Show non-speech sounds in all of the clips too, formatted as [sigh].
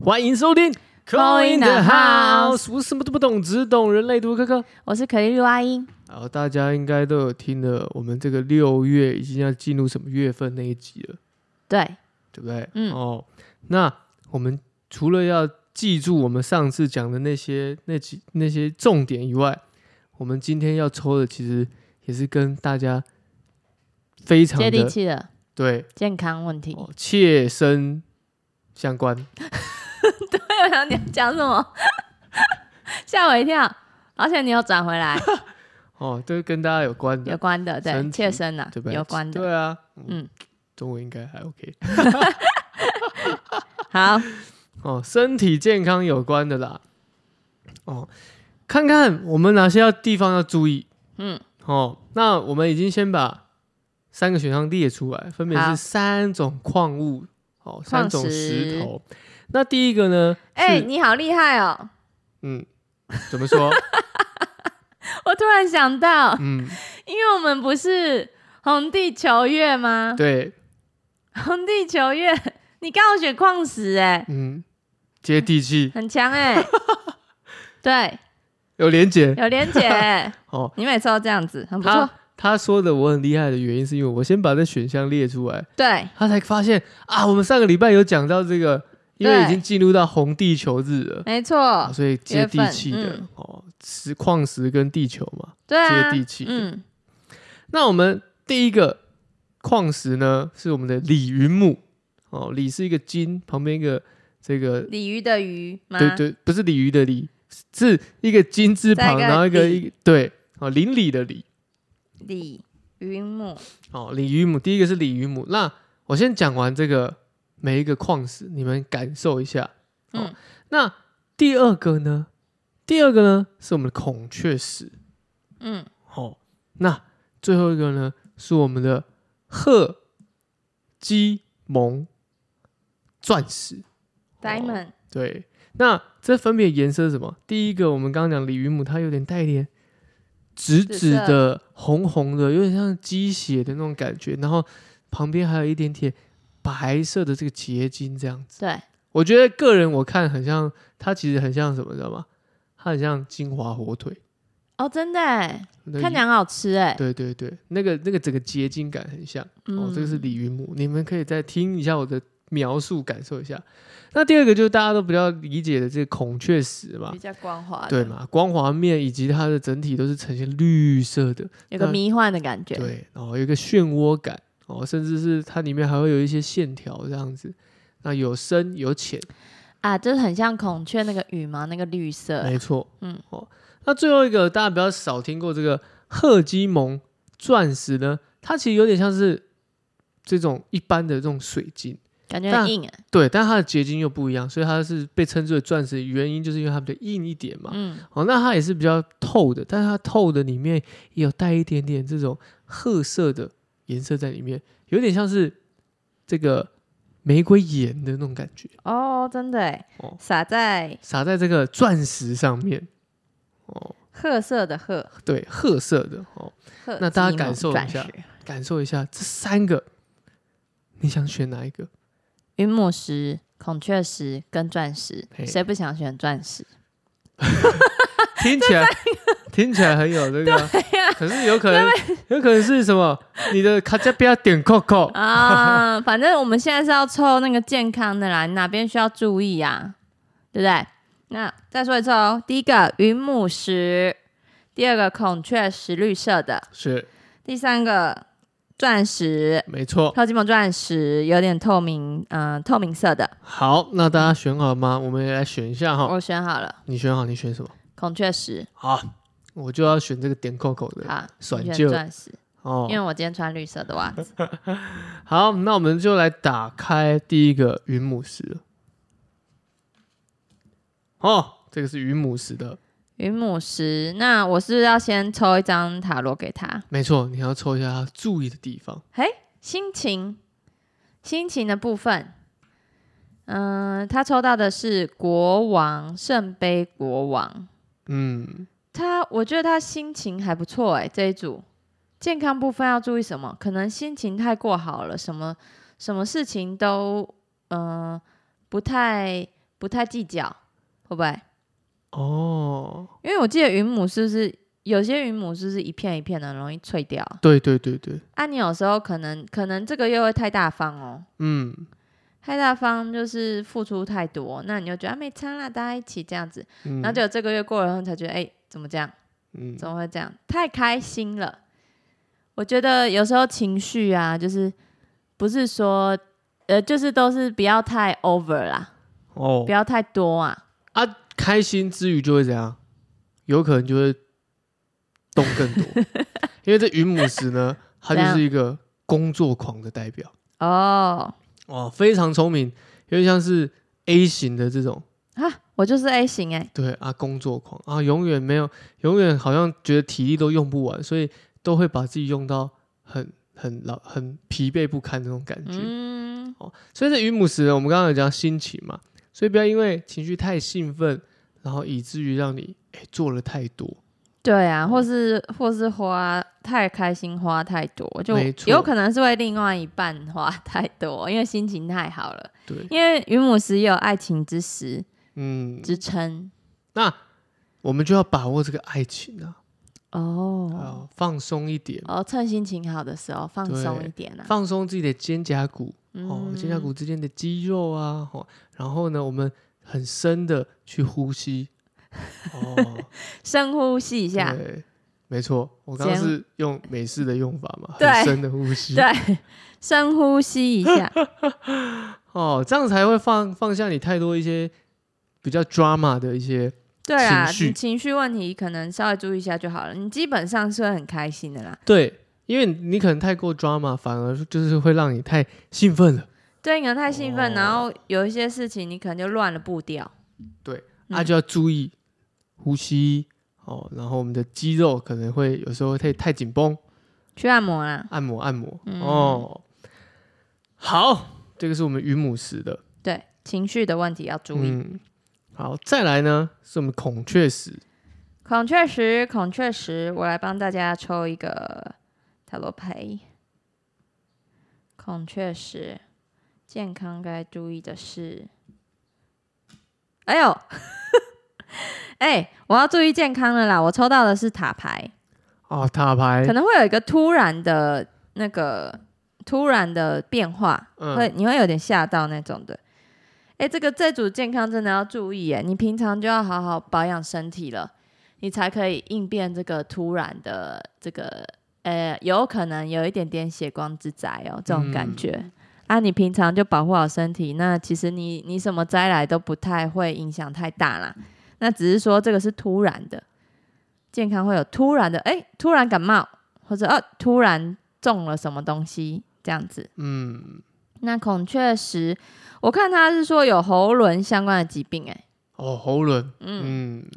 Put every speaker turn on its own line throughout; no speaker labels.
欢迎收听《
Call in the House
我什么都不懂，只懂人类图哥哥。
我是可丽露阿英，
然后大家应该都有听了，我们这个六月已经要进入什么月份那一集了，
对，
对不对？
嗯
哦，那我们除了要记住我们上次讲的那些那几那些重点以外，我们今天要抽的其实也是跟大家非常
接地
的
气的
对、
健康问题。
哦、切身相关。
对，我想 [laughs] 你要讲什么， [laughs] 吓我一跳，而且你有转
[laughs]
回来
哦，都跟大家有关
有
的，
关的，对，
身体
切身的
对不，对？
啊有关的，
对啊，嗯
嗯，
中文应该还 OK
好，
哦，身体健康有关的啦。哦，看看我们哪些要地方要注意。
嗯，
哦，那我们已经先把三个选项列出来，分别
好
是三种矿物，哦，三
矿
种石
石
头。那第一个呢？
哎，
是，
你好厉害哦！
嗯，怎么说？ [laughs]
我突然想到，
嗯，
因为我们不是红地球月吗？
对，
红地球月，你刚好选矿石，哎，
嗯，接地气，
很
[laughs]
强哎，对，
有连结。
有连结哎，
哦，
你每次都这样子，很不错
他，他说的我很厉害的原因，是因为我先把这选项列出来，
对，
他才发现啊，我们上个礼拜有讲到这个，因为
对
已经进入到红地球日了，
没错
啊，所以接地气
月
的、
份嗯
哦，石矿石跟地球嘛。
对啊，
接地气的
嗯，
那我们第一个矿石呢，是我们的李云木哦，李是一个金，旁边一个这个，
鲤鱼的鱼吗？
对对，不是鲤鱼的鲤，是一个金字旁，
再一个
然后一个
李
一个对哦，邻里的里
鲤鱼目，
哦，鲤鱼母，第一个是鲤鱼母。那我先讲完这个每一个矿石，你们感受一下。哦、
嗯
那第二个呢？第二个呢是我们的孔雀石。
嗯，
哦，那最后一个呢是我们的赫基蒙钻石。
diamond，、
对，那这分别颜色是什么？第一个我们刚刚讲鲤鱼母，它有点带一点紫
紫
紫
色
的、红红的，有点像鸡血的那种感觉，然后旁边还有一点点白色的这个结晶，这样子。
对，
我觉得个人我看很像，它其实很像什么，你知道吗？它很像金华火腿，
哦，真的哎，
那
看起来很好吃哎，
对对对，那个那个整个结晶感很像。哦，这个是
嗯
李云母，你们可以再听一下我的描述，感受一下。那第二个就是大家都比较理解的这个孔雀石嘛
比，较光滑的，
对？嘛，光滑面以及它的整体都是呈现绿色的，
有个
那
迷幻的感觉，
对，然后有一个漩涡感，哦，甚至是它里面还会有一些线条这样子，那有深有浅，
啊，就是很像孔雀那个羽毛那个绿色，
没错，嗯
嗯，
哦，那最后一个大家比较少听过这个赫基蒙钻石呢，它其实有点像是这种一般的这种水晶。
感觉
但
很硬哎，
对，但它的结晶又不一样，所以它是被称之为钻石，原因就是因为它比较硬一点嘛。
嗯，
哦，那它也是比较透的，但是它透的里面也有带一点点这种褐色的颜色在里面，有点像是这个玫瑰盐的那种感觉，
哦，真的哎
哦，
撒在
撒在这个钻石上面。哦，
褐色的褐，
对，褐色的哦，
褐
那大家
金
感
龙
受一
钻
下
石
感受一下这三个，你想选哪一个？
云母石、孔雀石跟钻石
嘿，
谁不想选钻石？
听起来听起来很有这个，可是有可能有可能是什啊么？你的卡加比亚点扣扣
啊，反正我们现在是要抽那个健康的啦，你哪边需要注意啊？对不对？那再说一次哦，第一个云母石，第二个孔雀石绿色的，
是
第三个钻石，
没错。
超级魔钻石有点透明，嗯、透明色的，
好，那大家选好吗？我们也来选一下哈。
我选好了，
你选好，你选什么？
孔雀石，
好，我就要选这个点扣扣的
好，
选
你
就
选钻石，
哦
因。为我今天穿绿色的袜子，
好，那我们就来打开第一个云母石。哦，这个是云母石的，
云母石，那我是不是要先抽一张塔罗给他？
没错，你要抽一下它注意的地方。
心情，心情的部分，嗯、他抽到的是国王圣杯国王，
嗯，
他我觉得他心情还不错哎，这一组健康部分要注意什么？可能心情太过好了，什么什么事情都嗯、呃不太不太计较，会不会？
哦，
因为我记得云母是不是有些云母是不是一片一片的，很容易脆掉啊？
对对对对，
啊你有时候可能可能这个月会太大方哦，
嗯
太大方就是付出太多，那你就觉得啊没差啦，大家一起这样子，
嗯，
然后就这个月过了后你才觉得哎、怎么这样？
嗯
怎么会这样？太开心了。我觉得有时候情绪啊，就是不是说，呃，就是都是不要太 over 啦，
哦
不，要太多啊。
开心之余就会怎样？有可能就会动更多，
[laughs]
因为这云母石呢，它
怎
就
样
是一个工作狂的代表
哦，
哦，非常聪明，有点像是 A 型的这种，
啊，我就是 A 型哎、
对啊，工作狂啊，永远没有，永远好像觉得体力都用不完，所以都会把自己用到很很老、很疲惫不堪那种感觉。
嗯，
所以这云母石呢，我们刚刚有讲心情嘛，所以不要因为情绪太兴奋，然后以至于让你哎做了太多。
对啊，或是或是花太开心，花太多，就
没错
有可能是为另外一半花太多，因为心情太好了。
对，
因为云母石也有爱情之石
嗯，
之称
那我们就要把握这个爱情啊，
哦
啊，放松一点，
哦，趁心情好的时候放松
对
一点啊。
放松自己的肩胛骨哦
嗯，
肩胛骨之间的肌肉啊，哦，然后呢，我们很深的去呼吸，
[laughs]
哦，
深呼吸一下，
对，没错，我刚刚
肩
是用美式的用法嘛，
对
很深的呼吸，
对，深呼吸
[laughs]
一下，
哦，这样才会放放下你太多一些比较 drama 的一些，
对啊，
情绪
你情绪问题可能稍微注意一下就好了，你基本上是会很开心的啦。
对，因为你可能太过 drama，反而就是会让你太兴奋了，
对，你可能太兴奋，
哦
然后有一些事情你可能就乱了步调。嗯
啊那就要注意呼吸哦，然后我们的肌肉可能会有时候会太太紧绷，
去按摩啊啦，
按摩按摩、
嗯
哦。好，这个是我们云母石的，
对，情绪的问题要注意。
嗯，好，再来呢是我们孔雀石，
孔雀石，孔雀石，我来帮大家抽一个塔罗牌。孔雀石，健康该注意的事。哎呦， [laughs] 哎、我要注意健康了啦！我抽到的是塔牌，
哦，塔牌
可，能会有一个突然的那个突然的变化，会
嗯，
你会有点吓到那种的。哎、这个这组健康真的要注意哎，你平常就要好好保养身体了，你才可以应变这个突然的这个呃，有可能有一点点血光之灾哦，这种感觉。啊，你平常就保护好身体，那其实你你什么灾来都不太会影响太大啦。那只是说这个是突然的，健康会有突然的，哎、突然感冒，或者呃、突然中了什么东西这样子。
嗯，
那孔雀石，我看它是说有喉轮相关的疾病、哎，
哦，喉轮，
嗯，
嗯，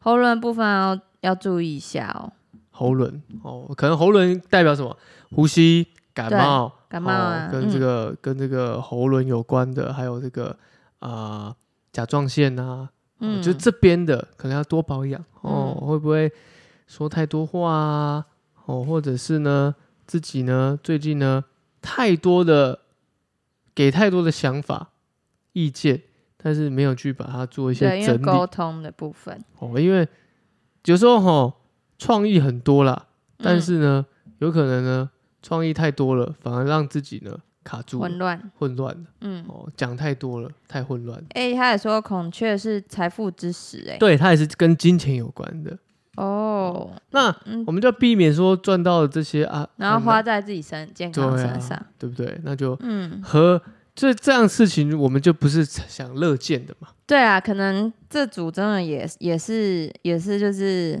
喉轮部分要要注意一下哦，
喉轮，哦，可能喉轮代表什么？呼吸、感
对
冒、
感冒啊
哦，跟这
嗯
个、跟这个喉轮有关的，还有这个啊、呃甲状腺啊，嗯、
嗯，
就这边的可能要多保养哦，
嗯
会不会说太多话啊？哦，或者是呢，自己呢最近呢太多的给太多的想法、意见，但是没有去把它做一些
对，因为
整理
沟通的部分，
哦，因为有时候哈、哦创意很多啦，但
嗯
是呢，有可能呢创意太多了，反而让自己呢卡住了
混乱，
混乱了
嗯，
哦，讲太多了，太混乱了。
哎、他也说孔雀是财富之石、哎，
对，它也是跟金钱有关的。
哦，
那
嗯，
我们就要避免说赚到这些啊，
然后
啊
花在自己身健康
对啊
身上，
对不对？那就
嗯，
和这这样的事情，我们就不是想乐见的嘛。
对啊，可能这组真的也也是也是就是，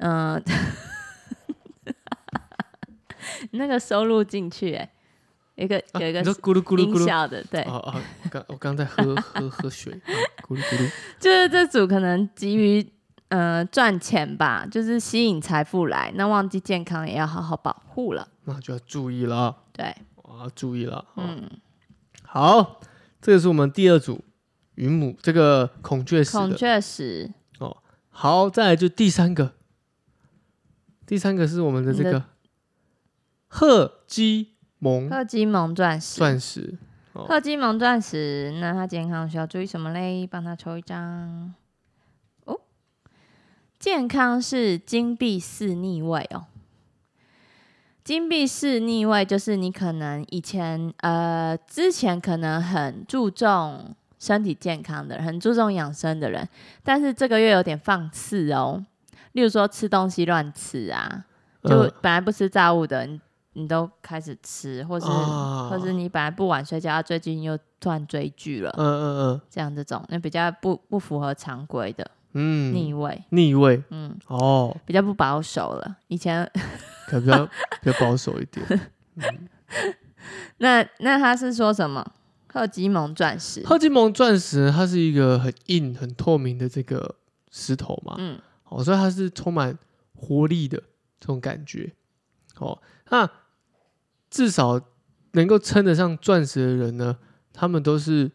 嗯、 [laughs] 那个收录进去、欸，有一个
啊
有一个
你说咕噜咕噜咕
音
噜，
效的，对，
哦哦，我刚我刚在
[laughs]
喝喝喝水，啊咕噜咕噜，
就是这组可能急于呃赚钱吧，就是吸引财富来，那忘记健康也要好好保护了，
那就要注意了啊，
对，
啊注意了。嗯，
嗯，
好，这个是我们第二组云母这个孔雀石
孔
的。
雀石，
好，再来就第三个，第三个是我们的这
你的
个赫基蒙嗯
赫基蒙钻石，
钻石。哦，
赫金蒙钻石，那它健康需要注意什么嘞？帮他抽一张。哦，健康是金币四逆位哦。金币四逆位就是你可能以前呃之前可能很注重身体健康的人，很注重养生的人，但是这个月有点放肆哦。例如说吃东西乱吃啊，就
嗯
本来不吃炸物的，你你都开始吃，或是、
啊
或是你本来不晚睡觉，啊最近又突然追剧了，
嗯嗯
这样这种，那比较不不符合常规的
嗯，
逆
逆
位，
逆位
嗯，
哦，
比较不保守了。以前 [laughs]
可比较比较保守一点。
那那他是说什么？赫吉蒙钻石，
赫金蒙钻石它是一个很硬、很透明的这个石头嘛，
嗯，
哦，所以它是充满活力的这种感觉。哦，那至少能够称得上钻石的人呢，他们都是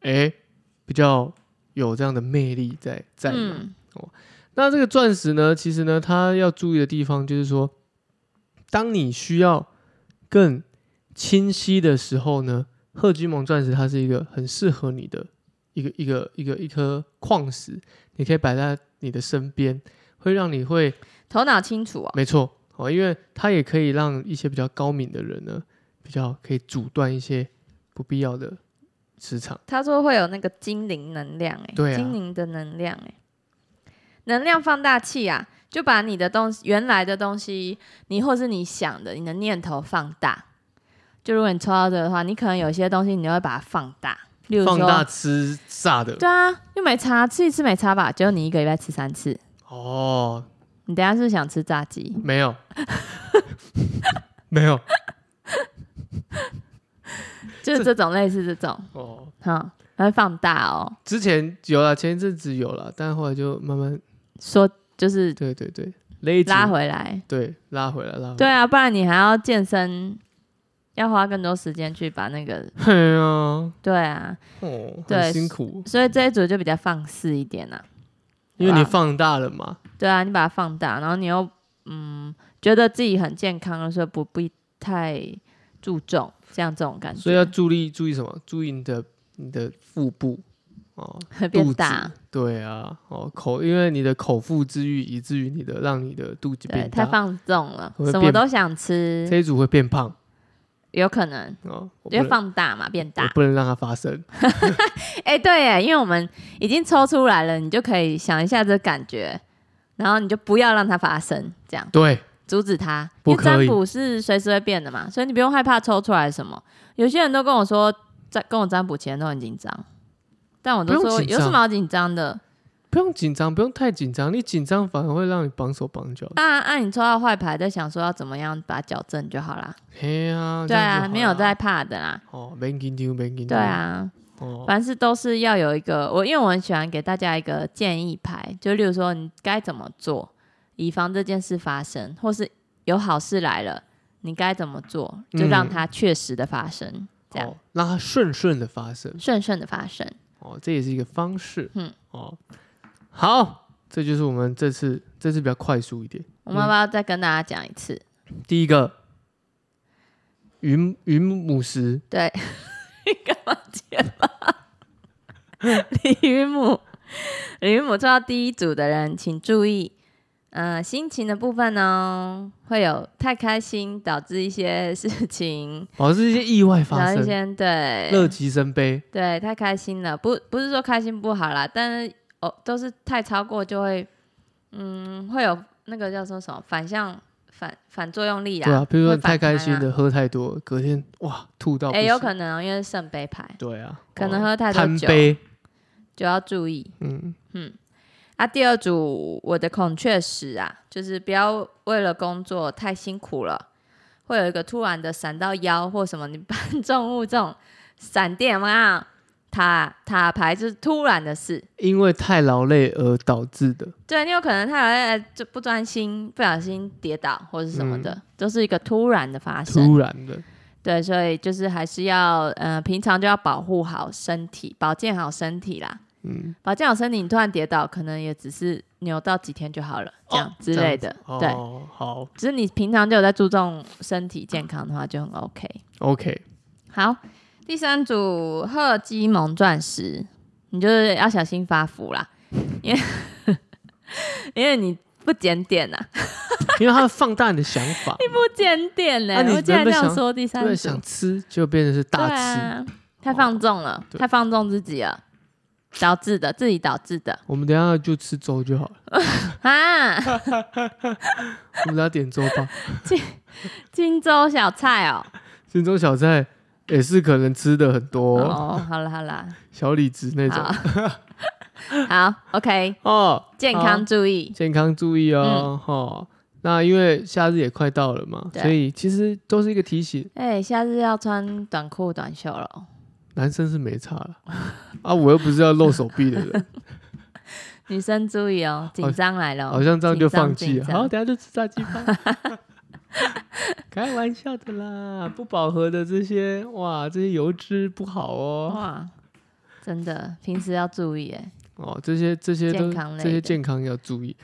哎、诶比较有这样的魅力在在嘛。
嗯
那这个钻石呢，其实呢，它要注意的地方就是说，当你需要更清晰的时候呢，赫金蒙钻石它是一个很适合你的一个一个一个一颗矿石，你可以摆在你的身边，会让你会
头脑清楚哦，
没错哦，因为它也可以让一些比较高敏的人呢，比较可以阻断一些不必要的磁场。
他说会有那个精灵能量、欸，
对啊
精灵的能量、欸，能量放大器啊，就把你的东西原来的东西，你或是你想的，你的念头放大。就如果你抽到这个的话，你可能有些东西你会把它放大，例如说，
放大吃炸的
对啊，又没差，吃一次没差吧？结果你一个礼拜吃三次，
哦，
你等一下是不是想吃炸鸡？
没有， [laughs] 没有
就是这种类似这种，
哦。
哈，它会放大哦，
之前有啦，前一阵子有啦，但后来就慢慢，
说就是
对对对，勒紧
拉，回来。
对，拉回来，拉回
对
来。
啊，不然你还要健身，要花更多时间去把那个。
对啊，
对啊，
哦，
对
很辛苦，
所以这一组就比较放肆一点啊。
因为你
哇
放大了嘛，
对啊，你把它放大，然后你又嗯觉得自己很健康的时候不必太注重这样这种感觉，
所以要注意注意什么？注意你的你的腹部哦，
会
肚
[laughs] 变
子
大。。
对啊，哦口，因为你的口腹之欲，以至于你的让你的肚子
对，
变
太
大，
放纵了
会，
什么
变
都想吃，
这一组会变胖
有可能
哦，我不
因为
能
放大嘛，变
我
大。
不能让它发生。
哎、对耶，因为我们已经抽出来了，你就可以想一下这感觉，然后你就不要让它发生，这样
对，
阻止它。
不
因为占
可以
卜是随时会变的嘛，所以你不用害怕抽出来什么。有些人都跟我说，在跟我占卜前都很紧张，但我都
不用
说
紧
有
张
什么好紧张的？
不用紧张，不用太紧张，你紧张反而会让你绑手绑脚。
那、啊、按、你抽到坏牌，在想说要怎么样把它矫正就好啦。
嘿啊，这
对
样就
啊，
好
没有
啦
在怕的啦。
哦，没紧张，没紧张。
对，啊，
哦，
凡事都是要有一个我，因为我很喜欢给大家一个建议牌，就例如说你该怎么做，以防这件事发生，或是有好事来了，你该怎么做，就让
嗯
它确实的发生，这样
哦，让它顺顺的发生。
顺顺的发生。
哦，这也是一个方式。
嗯，
哦，好，这就是我们这次这次比较快速一点。
我们要不要再跟大家讲一次？
第一个，云云母石，
对， [laughs] 你干嘛结巴？ [laughs] 李玉母，李玉母抽到第一组的人，请注意，呃，心情的部分呢、会有太开心导致一些事情，
哦，是一些意外
然
发
后一
生，
些对
乐极生悲。
对，太开心了，不不是说开心不好啦，但是哦，都是太超过就会，嗯，会有那个叫做什么反向反反作用力啦，
对啊，比如说
会
你
反
太开
弹
心
啊
的，喝太多，隔天哇吐到不
哎、
行。
有可能、哦、因为是圣杯牌。
对啊，
可能
哦
喝太多
贪
酒
杯，
就要注意。
嗯，
啊，第二组我的孔雀石啊，就是不要为了工作太辛苦了，会有一个突然的闪到腰或什么，你搬 [laughs] 重物这种闪电嘛，塔塔牌就是突然的事。
因为太劳累而导致的。
对你有可能太哎就不专心，不小心跌倒或是什么的，都是一个突然的发生。
嗯突然的，
对，所以就是还是要，呃，平常就要保护好身体，保健好身体啦。
嗯，
保健好身体，你突然跌倒，可能也只是扭到几天就好了，这样、之类的。对，
哦，好
只是你平常就有在注重身体健康的话，就很 OK。
，OK， [laughs]
好，第三组赫基蒙钻石，你就是要小心发福啦，因为 [laughs] 因为你不检点啊呐、
因为他放大 [laughs] 你的想法，
不检点呢、
啊你
我竟
原
然这
本
样
想
说第三
对，
组
想，吃就变成是大
对
吃。
啊，太放纵了，
对
太放纵自己了，导致的，自己导致的
我们等一下就吃粥就好了，
啊， [laughs]
我们等一下点粥 [laughs] 吧。
荆州小菜哦，
心中小菜也是可能吃的很多哦，
哦，好了好了，
小李子那种
好，好，OK， [laughs]
哦。
健
好
康注意，
健康注意哦，哈、那因为夏日也快到了嘛，
对
所以其实都是一个提醒，
哎、下次要穿短裤短袖了哦，
男生是没差了啊，我又不是要露手臂的人，
女生注意哦，紧张来了哦，
好像这样就放弃
紧
了。
张紧张
好，等下就吃炸鸡吧。
[laughs]
开玩笑的啦，不饱和的这些哇，这些油脂不好哦。
哇，真的，平时要注意哎。
哦，这些这些都
健康类的
这些健康要注意。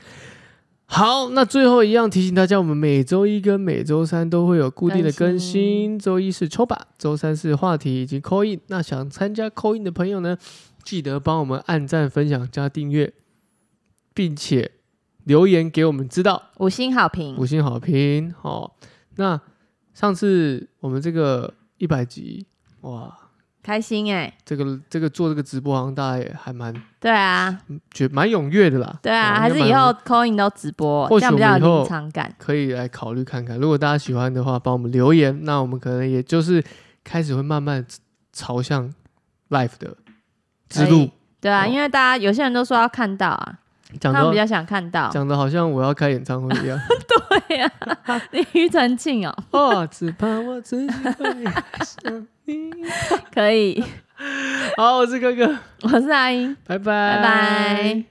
好，那最后一样提醒大家，我们每周一跟每周三都会有固定的更
更
新。
新
周一是抽吧，周三是话题以及 call in。那想参加 call in 的朋友呢，记得帮我们按赞、分享、加订阅，并且留言给我们知道
五星好评
五，星好评。哦，那上次我们这个一百集，哇，
开心哎、
这个这个做这个直播，好像大家也还蛮
对啊，
觉蛮踊跃的啦。
对啊，
哦
还是
应该蛮
以后 coin 都直播，
或
这
许
样比较
我们以后
有临场感。
可以来考虑看看。如果大家喜欢的话，帮我们留言，那我们可能也就是开始会慢慢朝向 life 的之
可
路
以。对啊，
哦
因为大家有些人都说要看到啊，
讲
他们比
的
较想看到。
讲的好像我要开演唱会一
[laughs]
样
对呀、啊， [laughs] 你庾澄庆哦，
哦，只怕我自己 [laughs] 会爱上你。
可以。
好，我是哥哥，
我是阿英，
拜拜，
拜拜。